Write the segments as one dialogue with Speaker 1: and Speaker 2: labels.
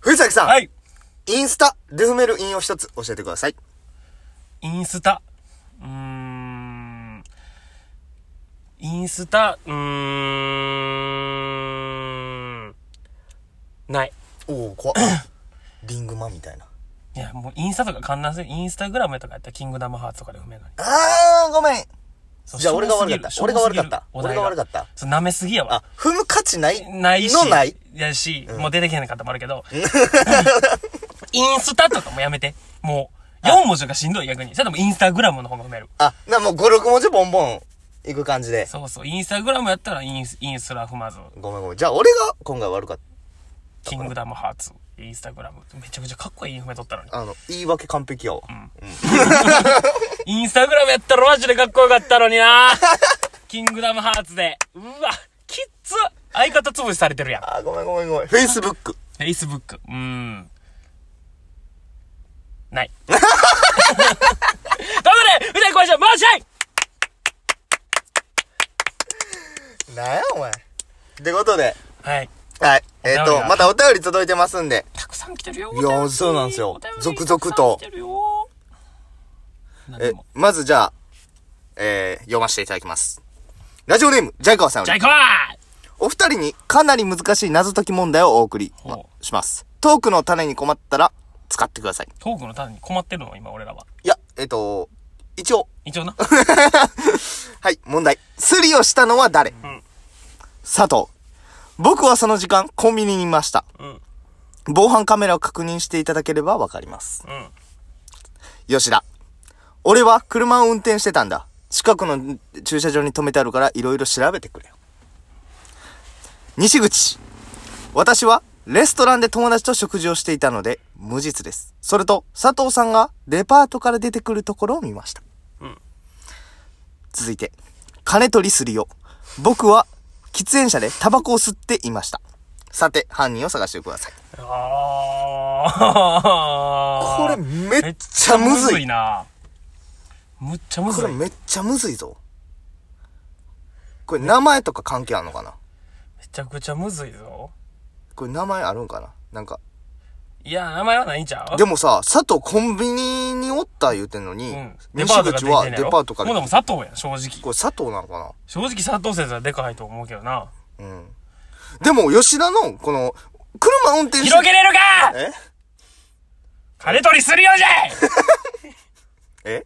Speaker 1: 藤崎さん、
Speaker 2: はい。
Speaker 1: インスタ、ルーメルインを一つ教えてください。
Speaker 2: インスタ。うーん。インスタ、うーん。ない。
Speaker 1: おお怖 っリングマンみたいな。
Speaker 2: いや、もうインスタとか観覧する。インスタグラムとかやったらキングダムハーツとかで踏めない。
Speaker 1: あー、ごめん。
Speaker 2: そう
Speaker 1: じゃあ俺が悪かった
Speaker 2: しょぼ
Speaker 1: 俺が
Speaker 2: す
Speaker 1: 悪
Speaker 2: ぎる
Speaker 1: かった
Speaker 2: お題
Speaker 1: 俺
Speaker 2: が
Speaker 1: が悪かった
Speaker 2: そう、舐めすぎや
Speaker 1: あ
Speaker 2: わ。、
Speaker 1: 踏む価値ない
Speaker 2: ないし。
Speaker 1: のない。
Speaker 2: やし、もう出てけへんかったもあるけど。 インスタとかもやめて。もう、4文字がしんどい逆に。それともインスタグラムの方が踏める。
Speaker 1: あ、な、もう5、6文字ボンボン、いく感じで。
Speaker 2: そうそう。インスタグラムやったらインス、インスラ踏まず。
Speaker 1: ごめんごめん。じゃあ俺が今回悪かっ
Speaker 2: キングダムハーツ、インスタグラム。めちゃくちゃかっこいい踏めとったのに。
Speaker 1: た。あの、言い訳完璧やわ。
Speaker 2: インスタグラムやったらマジでかっこよかったのになキングダムハーツで。うわ、きっつ相方潰しされてるやん。
Speaker 1: あー、ごめんごめんごめん。Facebook。
Speaker 2: Facebook。うーん。 ない。頑張れ歌い声じゃ回し合い
Speaker 1: なんやお前。ってことで、
Speaker 2: はい。
Speaker 1: はい。えっ、
Speaker 2: お便
Speaker 1: と
Speaker 2: り、が
Speaker 1: またお便り届いてますんで。
Speaker 2: たくさん来てるよ。
Speaker 1: いやー
Speaker 2: お便り
Speaker 1: そうなんですよ
Speaker 2: お便り
Speaker 1: 続々と
Speaker 2: たくさん来てるよ何で
Speaker 1: え
Speaker 2: も。、
Speaker 1: まずじゃあ、えー、読ませていただきます。ラジオネーム、ジャイカワさんよ
Speaker 2: じゃあ
Speaker 1: り。
Speaker 2: 行こ
Speaker 1: お二人にかなり難しい謎解き問題をお送り、
Speaker 2: ほう
Speaker 1: まします。トークの種に困ったら、使ってください。
Speaker 2: うトークの種に困ってるの今俺らは。
Speaker 1: いや、えっ、と、一応、
Speaker 2: 一 応な。
Speaker 1: はい、問題。すりをしたのは誰、
Speaker 2: ん
Speaker 1: 佐藤。僕はその時間、コンビニにいました。
Speaker 2: うん。うん。
Speaker 1: 防犯カメラを確認していただければわかります。吉田。俺は車を運転してたんだ。近くの駐車場に止めてあるからいろいろ調べてくれよ。西口。私はレストランで友達と食事をしていたので無実です。それと佐藤さんがデパートから出てくるところを見ました。
Speaker 2: うん
Speaker 1: 続いて、金取りするよ。僕は喫煙者でタバコを吸っていました。さて、犯人を探してください。
Speaker 2: あ
Speaker 1: これめっちゃむずい。
Speaker 2: な。むっちゃむ
Speaker 1: こ
Speaker 2: ず
Speaker 1: れ
Speaker 2: い。
Speaker 1: めっちゃむずいぞ。これ名前とか関係あるのかな
Speaker 2: めちゃくちゃむずいぞ。
Speaker 1: これ名前あるんかななんか。
Speaker 2: いや、名前はないんちゃう
Speaker 1: でもさ、佐藤コンビニにおった言うてんのに、
Speaker 2: うん。
Speaker 1: 西口はデパートから。
Speaker 2: もうでも
Speaker 1: こ
Speaker 2: 佐藤やん、正直。
Speaker 1: れ佐藤なのか
Speaker 2: 正直佐藤先生はでかいと思うけどな。
Speaker 1: なうん。でも吉田の、この、車運転して
Speaker 2: 広げれるか
Speaker 1: え
Speaker 2: 金取りするようじゃい
Speaker 1: え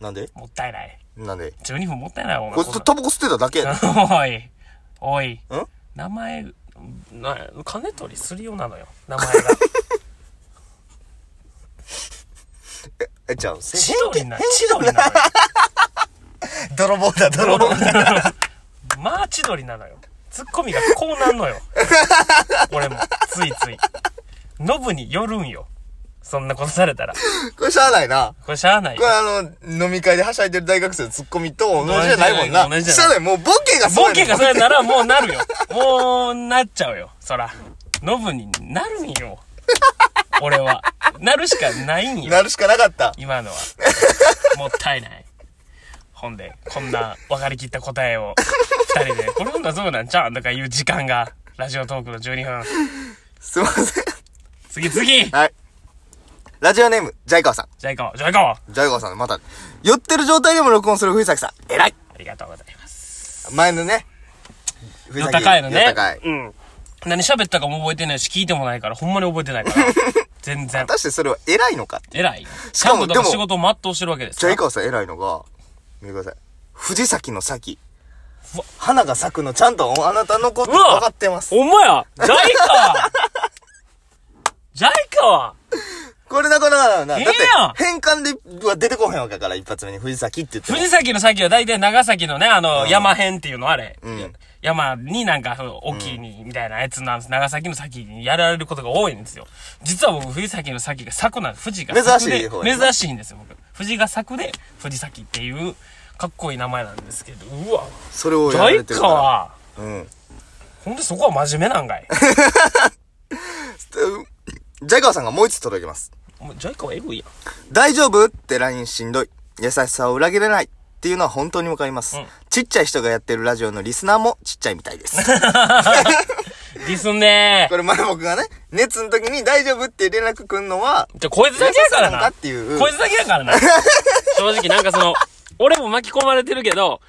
Speaker 1: なんで
Speaker 2: もったいない。
Speaker 1: なんで
Speaker 2: 12分もったいないわ、お前
Speaker 1: これ
Speaker 2: こん
Speaker 1: タバコ吸ってただけやで。
Speaker 2: な。 おい、おい、
Speaker 1: ん
Speaker 2: 名前、な、金取りするようなのよ、名前が。
Speaker 1: え、じゃあ、せ
Speaker 2: 千鳥な、千鳥なのよ。
Speaker 1: 泥棒だ、泥 棒だ。
Speaker 2: まあ千鳥なのよ。ツッコミがこうなんのよ。俺も、ついつい。ノブによるんよ。そんなことされたら。
Speaker 1: これしゃあないな。
Speaker 2: これしゃあない
Speaker 1: こ
Speaker 2: よ
Speaker 1: れ。あの、飲み会ではしゃいでる大学生のツッコミと同じじゃないもんな。
Speaker 2: 同じじゃ
Speaker 1: しゃ
Speaker 2: ない
Speaker 1: あない。もうボケがそう
Speaker 2: ボ
Speaker 1: やね
Speaker 2: ケ
Speaker 1: ん
Speaker 2: がそれならもうなるよ。もう、なっちゃうよ。そら。ノブになるんよ。俺は。なるしかないんよ。
Speaker 1: なるしかなかった。
Speaker 2: 今のは。もったいない。ほんで、こんな分かりきった答えを、二人で、これほんなそうなんちゃうんとかいう時間が、ラジオトークの12分。
Speaker 1: すいません。
Speaker 2: 次次じゃ
Speaker 1: はい。ラジオネーム、ジャイカワさん。
Speaker 2: あ行こう、じゃあ行こう
Speaker 1: ジャイカワさん、また、酔ってる状態でも録音する藤崎さん。偉い
Speaker 2: ありがとうございます。
Speaker 1: 前のね、藤
Speaker 2: よ高いのね。
Speaker 1: よ高い。
Speaker 2: うん。何喋ったかも覚えてないし、聞いてもないから、ほんまに覚えてない から。全然
Speaker 1: 果。たしてそれは偉いのか
Speaker 2: 偉いよ。
Speaker 1: し
Speaker 2: し
Speaker 1: か
Speaker 2: か
Speaker 1: も
Speaker 2: も、
Speaker 1: で
Speaker 2: だ
Speaker 1: も
Speaker 2: から仕事を全うしてるわけです
Speaker 1: ジ
Speaker 2: か
Speaker 1: ャ
Speaker 2: ら。
Speaker 1: イカワさん偉いのが、見てください。藤崎の先
Speaker 2: うわ。
Speaker 1: 花が咲くのちゃんとあなたのこと
Speaker 2: うわ
Speaker 1: 分かってます。
Speaker 2: ほんまやジャイカ ジャイカは
Speaker 1: これなかなかだよな。だ
Speaker 2: え
Speaker 1: っ
Speaker 2: え
Speaker 1: て
Speaker 2: やん、
Speaker 1: 変換では出てこへんわけやから、一発目に藤崎って言っても。
Speaker 2: 藤崎の先は大体長崎のね、あの、
Speaker 1: ん
Speaker 2: 山辺っていうのあれ。
Speaker 1: ん
Speaker 2: 山になんか、その大きいに、みたいなやつなんです。長崎の先にやられることが多いんですよ。実は僕、藤崎の先が柵なんです。富士が柵
Speaker 1: 珍
Speaker 2: で
Speaker 1: しい方やな
Speaker 2: 珍しいんですよ、僕。富士が柵で、藤崎っていう、かっこいい名前なんですけど、うわ、
Speaker 1: それを
Speaker 2: ジ
Speaker 1: やら
Speaker 2: ャ
Speaker 1: れ
Speaker 2: イ
Speaker 1: てる
Speaker 2: カ
Speaker 1: か
Speaker 2: は、
Speaker 1: ら。うん。
Speaker 2: ほんでそこは真面目なんかい。
Speaker 1: ジャイカワさんがもう一つ届いてます。
Speaker 2: お前ジャイカはエグいやん。
Speaker 1: 大丈夫って LINE しんどい。優しさを裏切れない。っていうのは本当にわかります、
Speaker 2: うん
Speaker 1: ちっちゃい人がやってるラジオのリスナーもちっちゃいみたいです。
Speaker 2: ディスんね
Speaker 1: これ前僕がね、熱の時に大丈夫って連絡くんのは、
Speaker 2: じゃ、こいつだけやから
Speaker 1: なんか
Speaker 2: な。
Speaker 1: っていう
Speaker 2: こいつだけ やからな。正直、なんかその、俺も巻き込まれてるけど、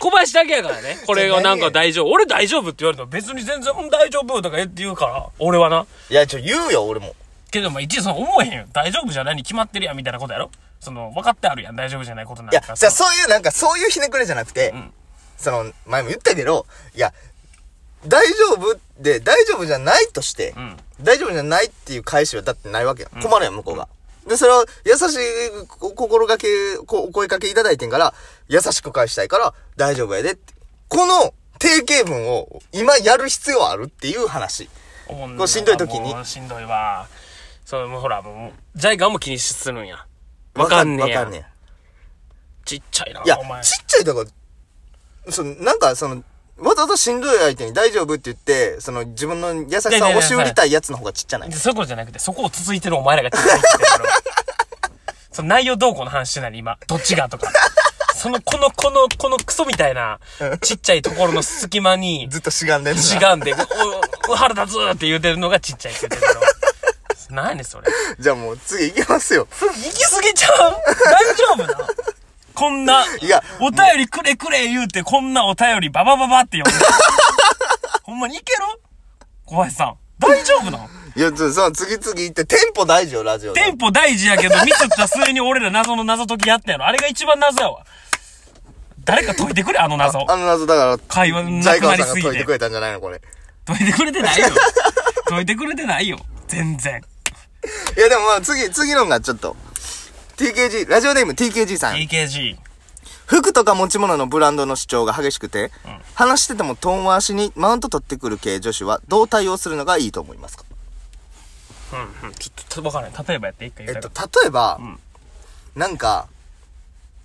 Speaker 2: 小林だけやからね。これがなんか大丈夫。俺大丈夫って言われたら別に全然うん大丈夫とか言って言うから、俺はな。
Speaker 1: いや、ちょ、言うよ、俺も。
Speaker 2: けど、まあ、一応その思えへんよ。大丈夫じゃないに決まってるやんみたいなことやろその、分かってあるやん。大丈夫じゃないことなん
Speaker 1: いや
Speaker 2: か、
Speaker 1: じゃあ
Speaker 2: そ
Speaker 1: そういう、なんかそういうひねくれじゃなくて、
Speaker 2: ん
Speaker 1: その、前も言ったけど、いや、大丈夫で、大丈夫じゃないとして、
Speaker 2: ん
Speaker 1: 大丈夫じゃないっていう返しはだってないわけよ。困るやん、向こうが。で、それを優しいこ心がけ、こお声かけいただいてんから、優しく返したいから、大丈夫やでって。この定型文を今やる必要あるっていう話。
Speaker 2: う思う
Speaker 1: こうしんどい時に
Speaker 2: もうしんどいわ。そう、もうほら、もう、ジャイガンも気にするんや。わ
Speaker 1: わ
Speaker 2: かんねえや
Speaker 1: わかんねえ。
Speaker 2: ちっちゃい
Speaker 1: い
Speaker 2: な、
Speaker 1: や
Speaker 2: お、前。
Speaker 1: ちっちゃいだから、その、なんかその、わざわざしんどい相手に大丈夫って言って、その自分の優しさを
Speaker 2: いやいやいや
Speaker 1: 押し売りたいやつの方がちっちゃない
Speaker 2: で。そういうことじゃなくて、そこを続いてるお前らがちっちゃいって言ってるから その内容どうこうの話してないね今。どっちがとか。その、この、この、このクソみたいな、ちっちゃいところの隙間に、
Speaker 1: ずっとしがんでる
Speaker 2: 違うんで、おお腹立つって言うてるのがちっちゃいって言ってるの。何やねんそれ。
Speaker 1: じゃあもう次行きますよ。
Speaker 2: 行き過ぎちゃう大丈夫なこんな、
Speaker 1: いや
Speaker 2: お便りくれくれ言うて、こんなお便りババババって読んで。ほんまにいける小林さん。大丈夫なの
Speaker 1: いや、ちょその次々行って、テンポ大事よ、ラジオで。
Speaker 2: テンポ大事やけど、ミスった末に俺ら謎の謎解きやったやろ。あれが一番謎やわ。誰か解いてくれ、あの謎。
Speaker 1: あの謎だから、
Speaker 2: 会話な
Speaker 1: ジャイカ
Speaker 2: くな
Speaker 1: ワ
Speaker 2: り
Speaker 1: さんが
Speaker 2: すぎ
Speaker 1: 解い
Speaker 2: て
Speaker 1: てく。れたんじゃないのこれ。
Speaker 2: 解いてくれ てないよ。解いてくれてないよ。全然。
Speaker 1: いや、でもまあ次、次のがちょっと。TKG、ラジオネーム TKG さん。
Speaker 2: AKG。
Speaker 1: 服とか持ち物のブランドの主張が激しくて、話してても遠回しにマウント取ってくる系女子はどう対応するのがいいと思いますか
Speaker 2: うんうん。ちょっと、わからない。例えばやって、一回
Speaker 1: え
Speaker 2: 言
Speaker 1: っ
Speaker 2: う
Speaker 1: と
Speaker 2: た、
Speaker 1: 例えば、
Speaker 2: ん
Speaker 1: なんか、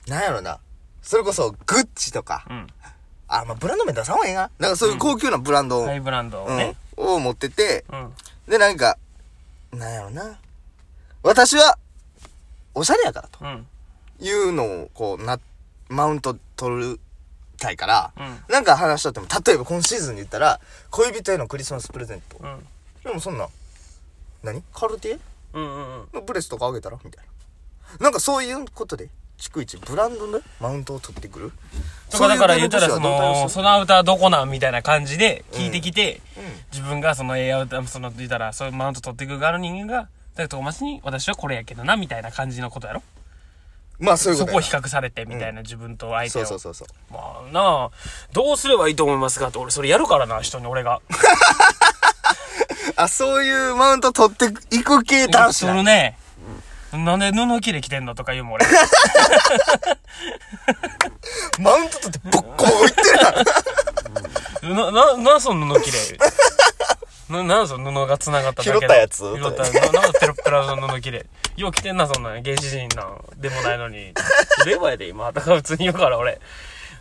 Speaker 1: なんやろな。それこそ、グッチとか、
Speaker 2: ん
Speaker 1: あ、まあ、ブランド名出さんはええな。なんかそういう高級なブランドを、
Speaker 2: ハイブランドを
Speaker 1: うん
Speaker 2: ね。
Speaker 1: を持ってて、
Speaker 2: うん。
Speaker 1: で、なんか、なんやろな。私は、おしゃれやからと
Speaker 2: うん。
Speaker 1: いうのを、こう、な、マウント取るたいから、
Speaker 2: う
Speaker 1: なんか話しとっても、例えば今シーズンで言ったら、恋人へのクリスマスプレゼント。
Speaker 2: うん。
Speaker 1: でもそんな、何カルティエ
Speaker 2: うんうんうん。
Speaker 1: ブレスとかあげたらみたいな。なんかそういうことで、逐一ブランドのマウントを取ってくる。
Speaker 2: とかだから言ったら
Speaker 1: そ
Speaker 2: そう
Speaker 1: いう芸能人はどう対応
Speaker 2: の、
Speaker 1: す
Speaker 2: そ
Speaker 1: る
Speaker 2: のアウターどこなんみたいな感じで聞いてきて、
Speaker 1: うん
Speaker 2: 自分がそのエアアウター、その言ったらそういうマウント取ってくる側の人間が、だから遠町に私はこれやけどなみたいな感じのことやろ
Speaker 1: まあそういうこ
Speaker 2: そ
Speaker 1: と
Speaker 2: こを
Speaker 1: や
Speaker 2: 比較されてみたいな、自分と相手
Speaker 1: そ
Speaker 2: を。
Speaker 1: うそうそうそう。
Speaker 2: まあなあ、どうすればいいと思いますかって俺それやるからな、人に俺が。
Speaker 1: あ、そういうマウント取っていく系男子
Speaker 2: そ
Speaker 1: な
Speaker 2: の
Speaker 1: の
Speaker 2: ね、なんで布切れ着てんのとか言うもん俺。
Speaker 1: マウント取ってボッコボコ言ってるやん。
Speaker 2: な、な、なんその布切れ。 な、なんその布が繋がっただけの
Speaker 1: 拾ったやつ
Speaker 2: 拾った、な、なんペラペラの布切れ。よう着てんな、そんなん。原始人なん。でもないのに。レバやで、今。だから普通に言うから、俺。で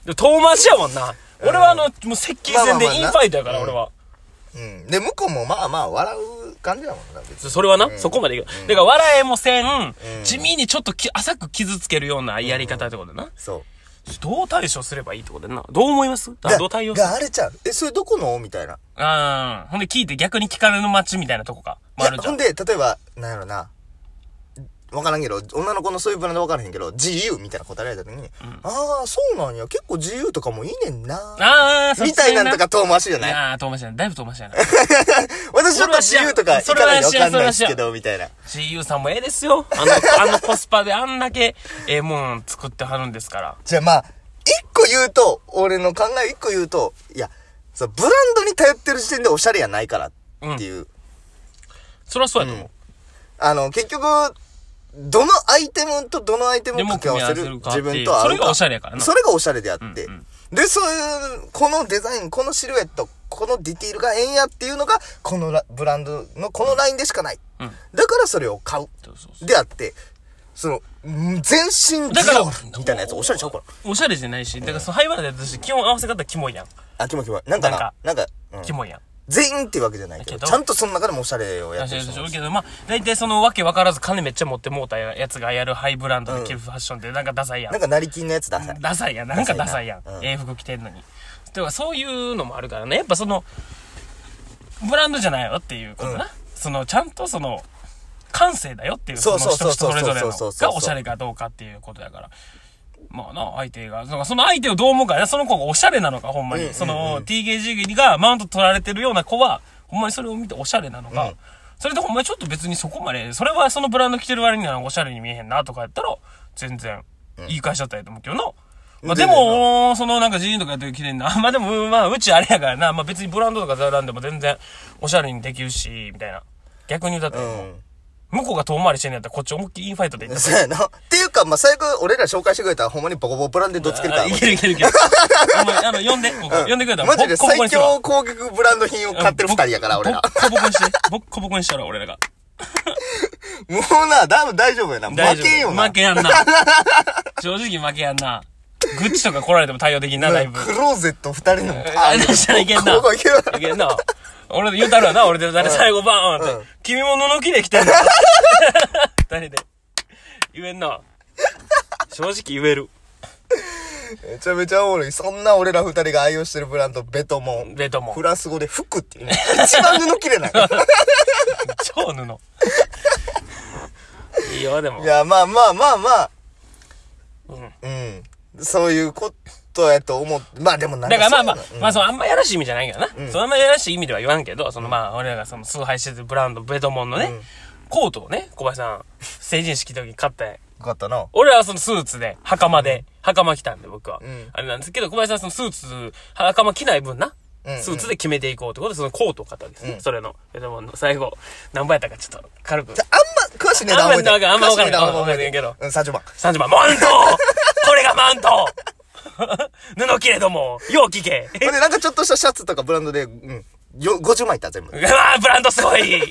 Speaker 2: も遠回しやもんな。俺はあの、もう接近戦で
Speaker 1: まあまあまあな
Speaker 2: インファイトやから、
Speaker 1: うん
Speaker 2: 俺は。
Speaker 1: うん。で、向こうもまあまあ笑う感じだもんな、別に。
Speaker 2: それはな、そこまでいく。だから、笑えもせん、地味にちょっとき浅く傷つけるようなやり方ってことだな。
Speaker 1: そう。
Speaker 2: どう対処すればいいってことだな。どう思います
Speaker 1: が
Speaker 2: どう対応する
Speaker 1: があれちゃう。え、それどこのみたいな。
Speaker 2: ああ、ほんで聞いて逆に聞かれる街みたいなとこか。もあるじゃ
Speaker 1: ほん
Speaker 2: ん。
Speaker 1: で、例えば、なんやろな。わからんけど、女の子のそういうブランドわからへんけど、自由みたいな答えられた時に、ああ、そうなんや。結構自由とかもいいねんな。
Speaker 2: あ あ、そっち
Speaker 1: みたいなんとか遠回しじゃない
Speaker 2: ああ、遠回しやな。だいぶ遠回しやな。
Speaker 1: 私ちょっと自由とか行かないのわ
Speaker 2: それは
Speaker 1: かん
Speaker 2: 知らん
Speaker 1: ないですけど、みたいな。
Speaker 2: GU さんもええですよ。あ の、あのコスパであんだけええもん作ってはるんですから。
Speaker 1: じゃあまあ、一個言うと、俺の考え一個言うと、いや、そうブランドに頼ってる時点でおしゃれやないからっていう。
Speaker 2: そりゃそうやと思う。
Speaker 1: あの、結局、どのアイテムとどのアイテムを
Speaker 2: でも
Speaker 1: 掛け合わせる
Speaker 2: 組み合わ
Speaker 1: 自
Speaker 2: せるかってい
Speaker 1: 分
Speaker 2: う
Speaker 1: と合うか
Speaker 2: それがおしゃれやからな
Speaker 1: それがおしゃれであって。
Speaker 2: うんう
Speaker 1: で、そういう、このデザイン、このシルエット、このディティールがええんやっていうのが、このラブランドのこのラインでしかない。
Speaker 2: うん
Speaker 1: だからそれを買う。
Speaker 2: そうそうそう
Speaker 1: であって、その、ん全身
Speaker 2: だ
Speaker 1: デ
Speaker 2: か
Speaker 1: ィ
Speaker 2: ら
Speaker 1: オールみたいなやつおしゃれちゃうから。
Speaker 2: おしゃれじゃないし、だからその灰原で私基本合わせ方キモいやん。
Speaker 1: あ、キモいキモい。なんかな、なんか、うん
Speaker 2: キモいやん。
Speaker 1: 全員っていうわけじゃないけど、
Speaker 2: だけど
Speaker 1: ちゃんとその中でもおしゃれをやってる人もいる
Speaker 2: けど、まあ、大体そのわけわからず金めっちゃ持ってもうたやつがやるハイブランドで着るファッションってなんかダサいやん
Speaker 1: なん。か成金のやつダサい。
Speaker 2: ダサいやん。なんかダサいやん
Speaker 1: ダサいなう。ん
Speaker 2: ええ服着てんのに。だからそういうのもあるからね。やっぱその、ブランドじゃないよっていうことな。
Speaker 1: うん
Speaker 2: その、ちゃんとその、感性だよっていう、
Speaker 1: そうそう
Speaker 2: の
Speaker 1: そうそう
Speaker 2: 人それぞれ
Speaker 1: そうそうそ
Speaker 2: の
Speaker 1: うそう
Speaker 2: がおしゃれかどうかっていうことだから。まあな、相手が、そのその相手をどう思うかね、その子がおしゃれなのか、ほんまに。
Speaker 1: うんうんうん
Speaker 2: その、TKG がマウント取られてるような子は、ほんまにそれを見ておしゃれなのか、
Speaker 1: うん
Speaker 2: それとほんまにちょっと別にそこまで、それはそのブランド着てる割にはおしゃれに見えへんなとかやったら、全然、いい会社だったんやと思うけどな。まあで
Speaker 1: 全然
Speaker 2: も、そのなんかジーンとかやってる着てんな。まあでも、まあうちあれやからな。まあ別にブランドとか選んでも全然おしゃれにできるし、みたいな。逆に言うた
Speaker 1: う
Speaker 2: ら、
Speaker 1: ん。
Speaker 2: 向こうが遠回りしてんのやったらこっち思いっきりインファイトでいっ た
Speaker 1: そうやな。っていうか、まあ、最悪、俺ら紹介してくれたら、ほんまにボコボコブランドでどっつけるから。
Speaker 2: あいけるいけるいける。お前、あの、呼んで、ここ、呼んでくれたら、
Speaker 1: マジで
Speaker 2: ボッコボコ
Speaker 1: 最
Speaker 2: にするわ
Speaker 1: 強攻撃ブランド品を買ってる二人やから、俺ら
Speaker 2: ボ。ッコボコにして、ボッコボコにしたら、俺らが。
Speaker 1: もうな、多分大丈夫やな。
Speaker 2: 大
Speaker 1: 負
Speaker 2: 丈夫
Speaker 1: けんよな。
Speaker 2: 負けやんな。正直負けやんな。愚痴とか来られても対応できんな、だいぶ。
Speaker 1: クローゼット二人の
Speaker 2: あれしたらいけんな。
Speaker 1: ボコボコいけるわ
Speaker 2: いけんな。俺で言うたるわな、俺で誰最後バーンって。君も布切れ着てんの 誰で。言えんな。正直言える。
Speaker 1: めちゃめちゃおもろい。そんな俺ら二人が愛用してるブランド、ベトモン。
Speaker 2: ベトモン
Speaker 1: フ。ランス語で服っていうね。一番布切れ ない。
Speaker 2: 超布。いいよ、でも
Speaker 1: い。や、まあまあまあまあ。
Speaker 2: うん
Speaker 1: うん。そういうことやと思う。まあでもなん
Speaker 2: だからまあまあ
Speaker 1: そうな、の
Speaker 2: まあそのあんまやらしい意味じゃないけどな。そのあんまやらしい意味では言わんけど、そのまあ俺らがその崇拝してるブランド、ベトモンのね、コートをね、小林さん、成人式の時に買ったんや
Speaker 1: よかったな。
Speaker 2: 俺らはそのスーツで、袴で、袴着たんで僕は、
Speaker 1: ん
Speaker 2: あれなんですけど、小林さんはそのスーツ、袴着ない分な。
Speaker 1: うんうん
Speaker 2: スーツで決めていこうってことで、そのコートを買ったんですね。それの。ベトモンの最後、何倍やったかちょっと軽く。
Speaker 1: あんま詳しい値段覚えてない。
Speaker 2: あんま
Speaker 1: 詳
Speaker 2: わ
Speaker 1: し
Speaker 2: か
Speaker 1: い
Speaker 2: んな
Speaker 1: 値
Speaker 2: い
Speaker 1: 段覚え
Speaker 2: わかんない
Speaker 1: て
Speaker 2: け
Speaker 1: ない
Speaker 2: ど
Speaker 1: うん、30万。
Speaker 2: 30番、マントこれがマント 布切れども、よう聞 け
Speaker 1: ほんで、なんかちょっとしたシャツとかブランドで、うん。よ、50万いった、全部。
Speaker 2: うわーブランドすごいい